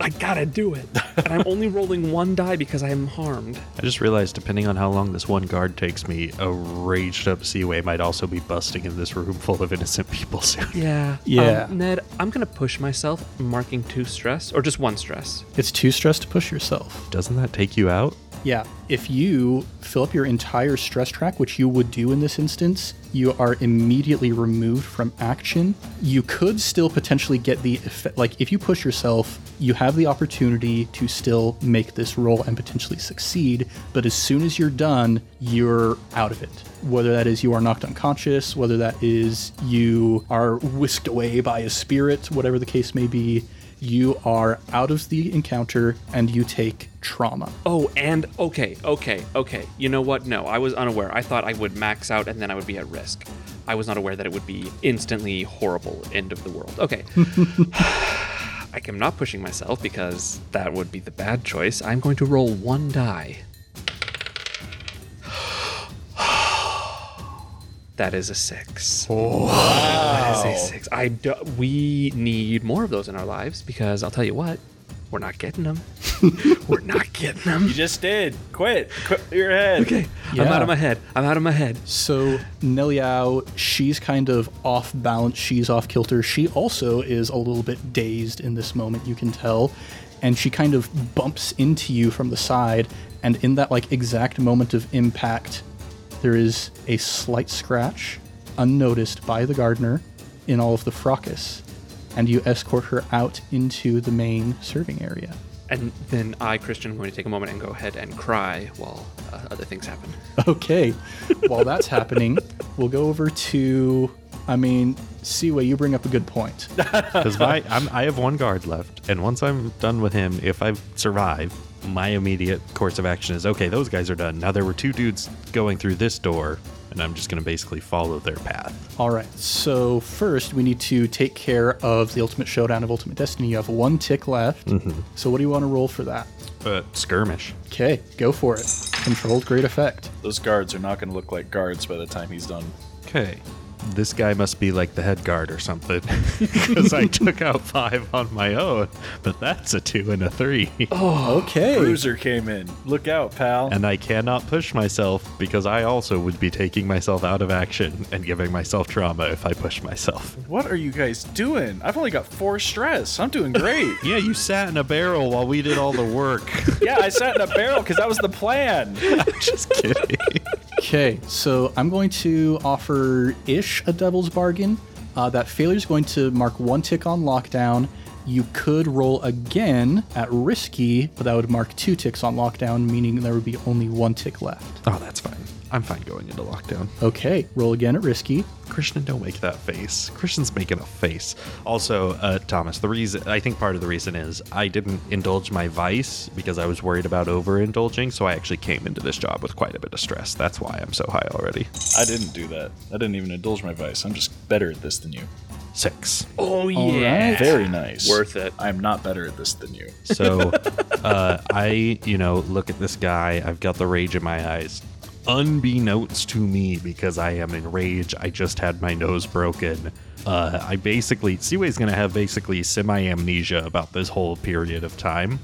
I gotta do it. and I'm only rolling one die because I am harmed.
I just realized, depending on how long this one guard takes me, a raged up Seaway might also be busting in this room full of innocent people soon.
Yeah.
Yeah.
Um, Ned, I'm gonna push myself, marking two stress, or just one stress.
It's too stressed to push yourself.
Doesn't that take you out?
Yeah. If you fill up your entire stress track, which you would do in this instance, you are immediately removed from action. You could still potentially get the effect. Like, if you push yourself, you have the opportunity to still make this roll and potentially succeed. But as soon as you're done, you're out of it. Whether that is you are knocked unconscious, whether that is you are whisked away by a spirit, whatever the case may be, you are out of the encounter and you take trauma.
Oh, and okay, okay, okay. You know what? No, I was unaware. I thought I would max out and then I would be at risk. I was not aware that it would be instantly horrible end of the world. Okay. I am not pushing myself because that would be the bad choice. I'm going to roll one die. That is a six. That is a six. I do- we need more of those in our lives because I'll tell you what, we're not getting them. we're not getting them.
You just did. Quit. Quit your head.
Okay, I'm
Yeah.
out of my head. I'm out of my head.
So Neliao, she's kind of off balance. She's off kilter. She also is a little bit dazed in this moment. You can tell, and she kind of bumps into you from the side. And in that like exact moment of impact, there is a slight scratch, unnoticed by the gardener, in all of the fracas, and you escort her out into the main serving area.
And then I, Christian, am going to take a moment and go ahead and cry while uh, other things happen.
Okay. While that's happening, we'll go over to. I mean, Seaway, you bring up a good point.
Because my I'm, I have one guard left, and once I'm done with him, if I survive, my immediate course of action is okay. Those guys are done. Now there were two dudes going through this door, and I'm just gonna basically follow their path.
All right. So first, we need to take care of the ultimate showdown of Ultimate Destiny. You have one tick left. So what do you want to roll for that?
Uh, skirmish.
Okay, go for it. Controlled great effect.
Those guards are not going to look like guards by the time he's done.
Okay. This guy must be like the head guard or something, because I took out five on my own. But that's a two and a three,
okay.
Bruiser came in. Look out, pal.
and I cannot push myself because I also would be taking myself out of action and giving myself trauma if I push myself.
what are you guys doing? I've only got four stress. I'm doing great.
Yeah, you sat in a barrel while we did all the work.
yeah, I sat in a barrel because that was the plan.
Just kidding.
Okay, so I'm going to offer ish a devil's bargain. Uh, that failure is going to mark one tick on lockdown. You could roll again at risky, but that would mark two ticks on lockdown, meaning there would be only one tick left.
Oh, that's fine. I'm fine going into lockdown.
Okay, roll again at risky.
Christian, don't make that face. Christian's making a face. Also, uh, Thomas, the reason I think part of the reason is I didn't indulge my vice because I was worried about overindulging. So I actually came into this job with quite a bit of stress. That's why I'm so high already.
I didn't do that. I didn't even indulge my vice. I'm just better at this than you.
Six.
Oh,
yeah.
Very nice.
Worth it.
I'm not better at this than you.
So uh, I, you know, look at this guy. I've got the rage in my eyes. Unbeknownst to me, because I am in rage, I just had my nose broken. Uh, I basically, Seaway's going to have basically semi amnesia about this whole period of time.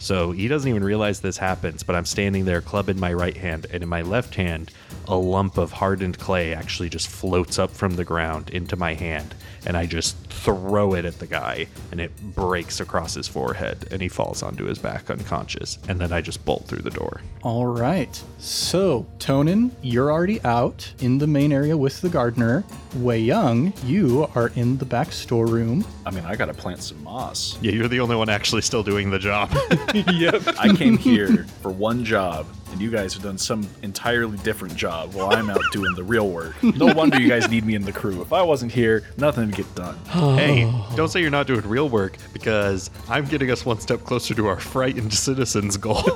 So he doesn't even realize this happens, but I'm standing there, club in my right hand, and in my left hand, a lump of hardened clay actually just floats up from the ground into my hand, and I just throw it at the guy, and it breaks across his forehead, and he falls onto his back unconscious, and then I just bolt through the door.
All right. So, Tonin, you're already out in the main area with the gardener. Wei Young, you are in the back storeroom.
I mean, I got to plant some moss.
Yeah, you're the only one actually still doing the job.
I came here for one job, and you guys have done some entirely different job while I'm out doing the real work. No wonder you guys need me in the crew. If I wasn't here, nothing would get done.
hey, don't say you're not doing real work, because I'm getting us one step closer to our frightened citizens goal.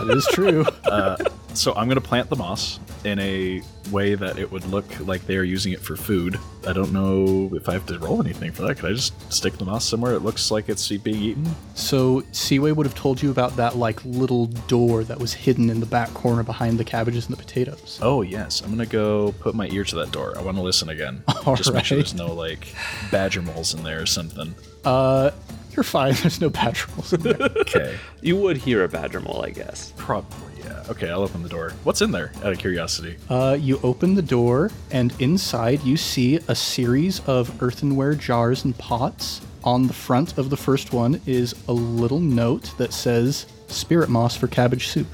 That is true.
Uh, So I'm going to plant the moss in a way that it would look like they are using it for food. I don't know if I have to roll anything for that. Could I just stick the moss somewhere it looks like it's being eaten?
So Seaway would have told you about that like little door that was hidden in the back corner behind the cabbages and the potatoes.
Oh yes, I'm gonna go put my ear to that door. I want to listen again.
All
just make sure
right.
there's no like badger moles in there or something.
You're fine. There's no patch rolls in there.
Okay,
You would hear a badger mole, I guess.
probably yeah. Okay, I'll open the door. What's in there? Out of curiosity.
uh, you open the door, and inside you see a series of earthenware jars and pots. On the front of the first one is a little note that says spirit moss for cabbage soup.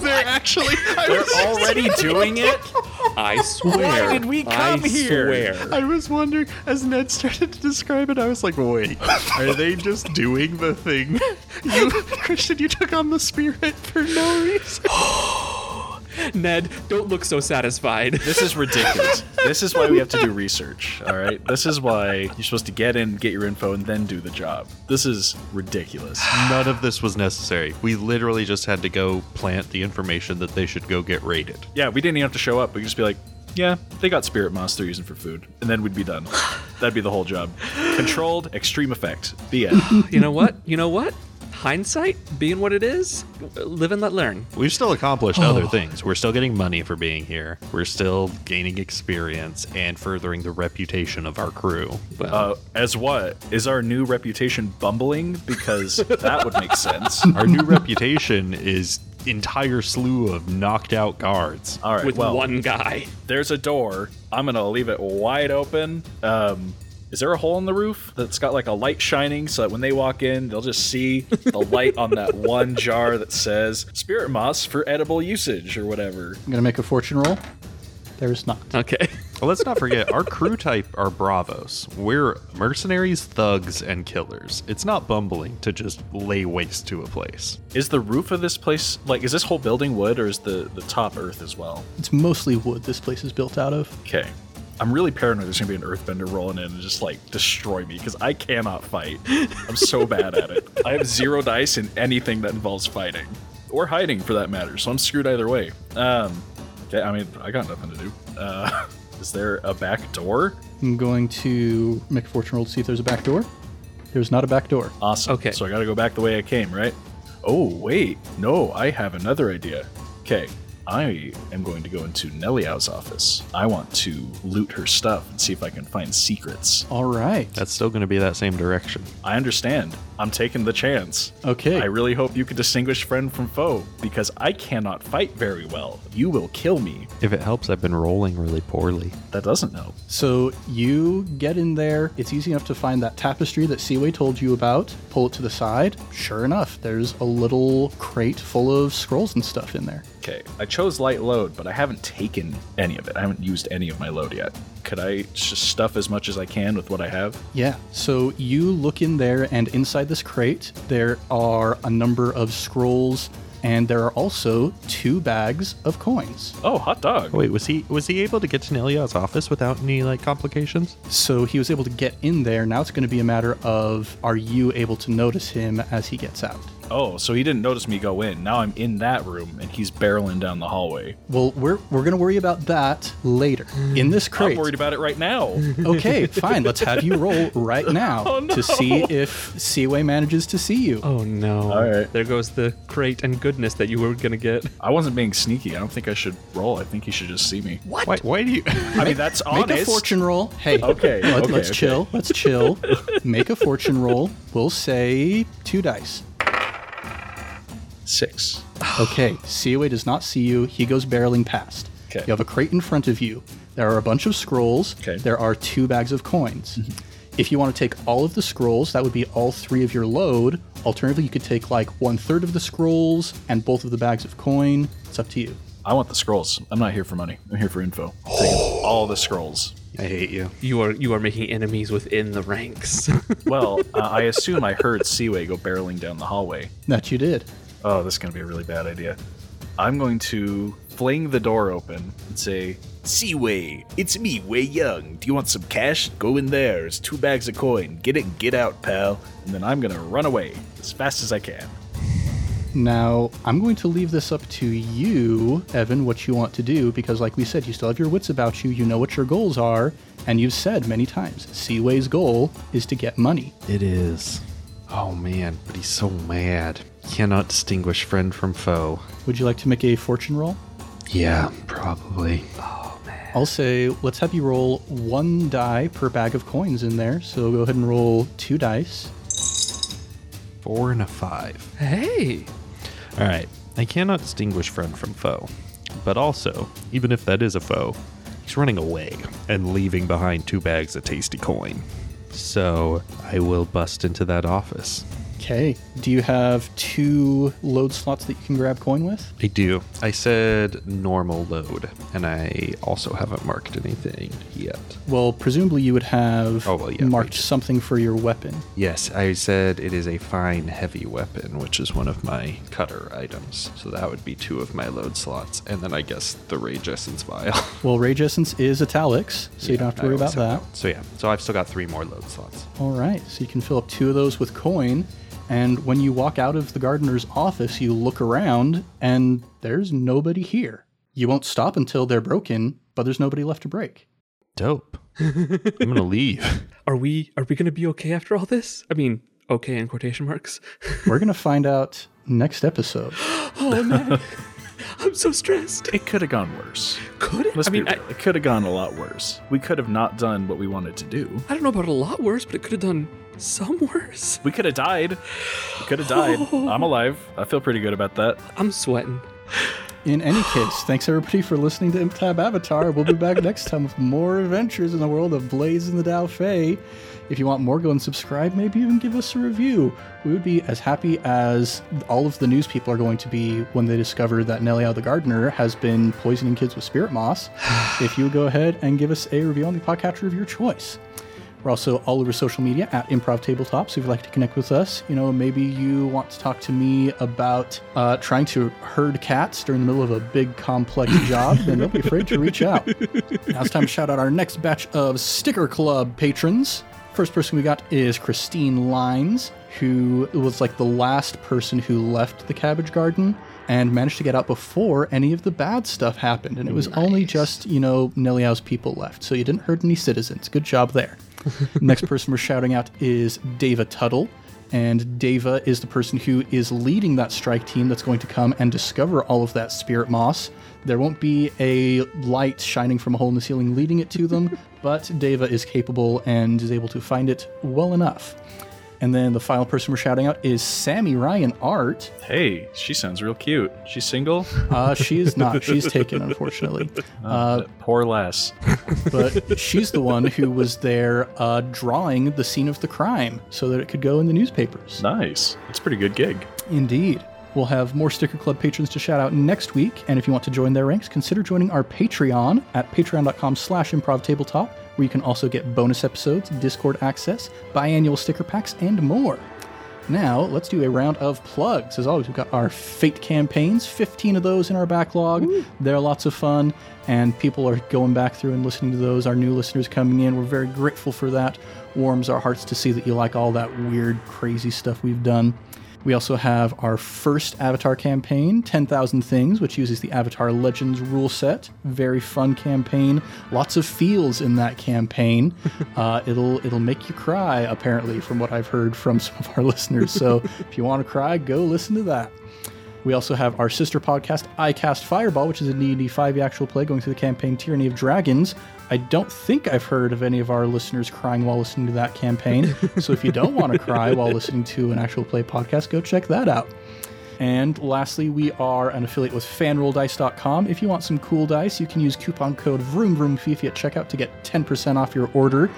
They're actually. I
They're
was,
already doing it?
I swear.
Why did we
I
come here?
Swear.
I was wondering as Ned started to describe it. I was like, wait, are they just doing the thing? You, Christian, you took on the spirit for no reason.
Ned, don't look so satisfied.
This is ridiculous. this is why we have to do research, all right? This is why you're supposed to get in, get your info, and then do the job. This is ridiculous.
None of this was necessary. We literally just had to go plant the information that they should go get raided.
Yeah, we didn't even have to show up. We could just be like, yeah, they got spirit moss they're using for food. And then we'd be done. That'd be the whole job. Controlled, extreme effect. The end.
you know what? You know what? Hindsight, being what it is, live and let learn.
We've still accomplished other things. We're still getting money for being here. We're still gaining experience and furthering the reputation of our crew.
Well,
Uh, as what? Is our new reputation bumbling? Because that would make sense.
Our new reputation is entire slew of knocked out guards.
All right,
with
well,
one guy.
there's a door. I'm going to leave it wide open. Um, is there a hole in the roof that's got like a light shining so that when they walk in, they'll just see the light on that one jar that says spirit moss for edible usage or whatever?
I'm gonna make a fortune roll. There is not.
Okay.
Well, let's not forget our crew type are bravos. We're mercenaries, thugs, and killers. It's not bumbling to just lay waste to a place.
Is the roof of this place like is this whole building wood or is the the top earth as well?
It's mostly wood this place is built out of.
Okay. I'm really paranoid there's gonna be an earthbender rolling in and just like destroy me because I cannot fight. I'm so bad at it. I have zero dice in anything that involves fighting. Or hiding for that matter, so I'm screwed either way. Um okay, I mean I got nothing to do. Uh is there a back door?
I'm going to make a fortune roll to see if there's a back door. There's not a back door.
Awesome.
Okay.
So I gotta go back the way I came, right? Oh, wait. No, I have another idea. Okay. I am going to go into Neliao's office. I want to loot her stuff and see if I can find secrets.
All right.
That's still going to be that same direction.
I understand. I'm taking the chance.
Okay.
I really hope you can distinguish friend from foe because I cannot fight very well. You will kill me.
If it helps, I've been rolling really poorly.
That doesn't help.
So you get in there. It's easy enough to find that tapestry that Seaway told you about. Pull it to the side. Sure enough, there's a little crate full of scrolls and stuff in there.
Okay. I chose light load, but I haven't taken any of it. I haven't used any of my load yet. Could I just stuff as much as I can with what I have?
Yeah. So you look in there, and inside this crate, there are a number of scrolls, and there are also two bags of coins.
Oh, hot dog.
Wait, was he was he able to get to Nelia's office without any like complications?
So he was able to get in there. Now it's going to be a matter of are you able to notice him as he gets out?
Oh, so he didn't notice me go in. Now I'm in that room and he's barreling down the hallway.
Well, we're, we're going to worry about that later. In this crate.
I'm worried about it right now.
okay, fine. Let's have you roll right now
Oh,
to see if Seaway manages to see you.
Oh no.
All right.
There goes the crate and goodness that you were gonna get.
I wasn't being sneaky. I don't think I should roll. I think he should just see me.
What? Why, why do you?
I mean, that's
Make
honest.
a fortune roll. Hey,
Okay,
Let,
okay,
us
okay.
chill. Let's chill. Make a fortune roll. We'll say two dice.
Six.
Okay, Seaway does not see you. He goes barreling past.
Okay.
You have a crate in front of you. There are a bunch of scrolls.
Okay. Mm-hmm.
There are two bags of coins. If you want to take all of the scrolls, that would be all three of your load. Alternatively, you could take like one third of the scrolls and both of the bags of coin. It's up to you.
I want the scrolls. I'm not here for money. I'm here for info. I'm taking all the scrolls.
I hate you.
You are you are making enemies within the ranks.
Well, uh, I assume I heard Seaway go barreling down the hallway.
That you did.
Oh, this is going to be a really bad idea. I'm going to fling the door open and say, Seaway, it's me, Wei Young. Do you want some cash? Go in there. It's two bags of coin. Get it and get out, pal. And then I'm going to run away as fast as I can.
Now, I'm going to leave this up to you, Evan, what you want to do, because, like we said, you still have your wits about you, you know what your goals are, and you've said many times Seaway's goal is to get money.
It is. Oh man, but he's so mad. Cannot distinguish friend from foe.
Would you like to make a fortune roll?
Yeah, probably.
I'll say, let's have you roll one die per bag of coins in there. So go ahead and roll two dice.
Four and a five.
hey.
All right. I cannot distinguish friend from foe. But also, even if that is a foe, he's running away and leaving behind two bags of tasty coin. So I will bust into that office,
Okay. Do you have two load slots that you can grab coin with?
I do. I said normal load, and I also haven't marked anything yet.
Well, presumably you would have
Oh, well, yeah,
marked
we-
something for your weapon.
Yes, I said it is a fine heavy weapon, which is one of my cutter items. So that would be two of my load slots, and then I guess the rage essence vial.
Well, Rage Essence is italics, so you don't have to
I
worry about
always
that.
have So yeah, so I've still got three more load slots.
All right, so you can fill up two of those with coin. And when you walk out of the gardener's office, you look around and there's nobody here. You won't stop until they're broken, but there's nobody left to break.
Dope. I'm gonna leave.
Are we are we gonna be okay after all this? I mean, okay in quotation marks.
We're going to find out next episode.
Oh man, I'm so stressed.
It could have gone worse.
Could it?
Let's
I mean,
be
I,
real. it could have gone a lot worse. We could have not done what we wanted to do.
I don't know about a lot worse, but it could have done some worse.
We could have died. We could have died. I'm alive. I feel pretty good about that.
I'm sweating.
In any case, thanks everybody for listening to MTAB Avatar. We'll be back next time with more adventures in the world of Blaze and the Dao Fei. If you want more, go and subscribe, maybe even give us a review. We would be as happy as all of the news people are going to be when they discover that Neliao the Gardener has been poisoning kids with spirit moss. if you would go ahead and give us a review on the podcatcher of your choice. We're also all over social media at Improv Tabletop. So if you'd like to connect with us, you know, maybe you want to talk to me about uh, trying to herd cats during the middle of a big complex job, then don't be afraid to reach out. Now it's time to shout out our next batch of Sticker Club patrons. First person we got is Christine Lines, who was like the last person who left the cabbage garden and managed to get out before any of the bad stuff happened. And it was only just, you know, Neliao's people left. So you didn't hurt any citizens. Good job there. Next person we're shouting out is Deva Tuttle. And Deva is the person who is leading that strike team that's going to come and discover all of that spirit moss. There won't be a light shining from a hole in the ceiling leading it to them, but Deva is capable and is able to find it well enough. And then the final person we're shouting out is Sammy Ryan Art.
Hey, she sounds real cute. She's single.
Uh, she is not. She's taken, unfortunately.
Uh, poor lass.
but she's the one who was there uh, drawing the scene of the crime so that it could go in the newspapers.
Nice. That's a pretty good gig.
Indeed. We'll have more Sticker Club patrons to shout out next week, and if you want to join their ranks, consider joining our Patreon at patreon.com slash improv tabletop, where you can also get bonus episodes, Discord access, biannual sticker packs, and more. Now, let's do a round of plugs. As always, we've got our Fate campaigns, 15 of those in our backlog. They're lots of fun, and people are going back through and listening to those. Our new listeners coming in, we're very grateful for that. Warms our hearts to see that you like all that weird, crazy stuff we've done. We also have our first Avatar campaign, 10,000 Things, which uses the Avatar Legends rule set. Very fun campaign. Lots of feels in that campaign. uh, it'll it'll make you cry, apparently, from what I've heard from some of our listeners. So if you want to cry, go listen to that. We also have our sister podcast, I Cast Fireball, which is E a D&D 5e actual play going through the campaign Tyranny of Dragons. I don't think I've heard of any of our listeners crying while listening to that campaign. so if you don't want to cry while listening to an actual play podcast, go check that out. And lastly, we are an affiliate with fanrolldice.com. If you want some cool dice, you can use coupon code VroomVroomFifi at checkout to get 10% off your order.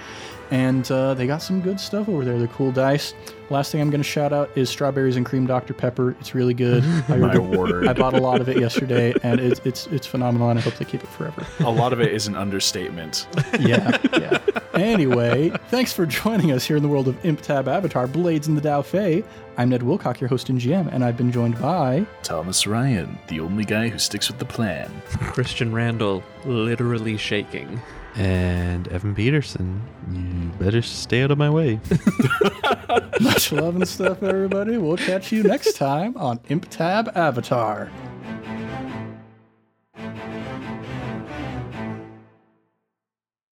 And uh, they got some good stuff over there. They're cool dice. Last thing I'm going to shout out is Strawberries and Cream Dr. Pepper. It's really good. I,
My word.
I bought a lot of it yesterday, and it's, it's, it's phenomenal, and I hope they keep it forever.
A lot of it is an understatement.
yeah, yeah. Anyway, thanks for joining us here in the world of Imp Tab Avatar, Blades in the Dao Fei. I'm Ned Wilcock, your host and GM, and I've been joined by.
Thomas Ryan, the only guy who sticks with the plan.
Christian Randall literally shaking.
And Evan Peterson, you better stay out of my way.
Much love and stuff, everybody. We'll catch you next time on Imp Tab Avatar.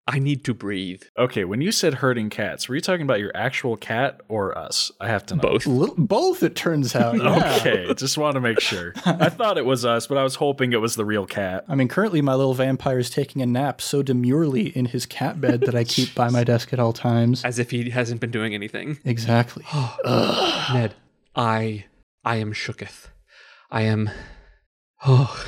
I need to breathe.
Okay, when you said herding cats, were you talking about your actual cat or us? I have to know.
Both.
Little, both, it turns out. yeah.
Okay, just want to make sure. I thought it was us, but I was hoping it was the real cat.
I mean, currently my little vampire is taking a nap so demurely in his cat bed that I keep by my desk at all times.
As if he hasn't been doing anything.
Exactly.
Ned, I I am shooketh. I am Oh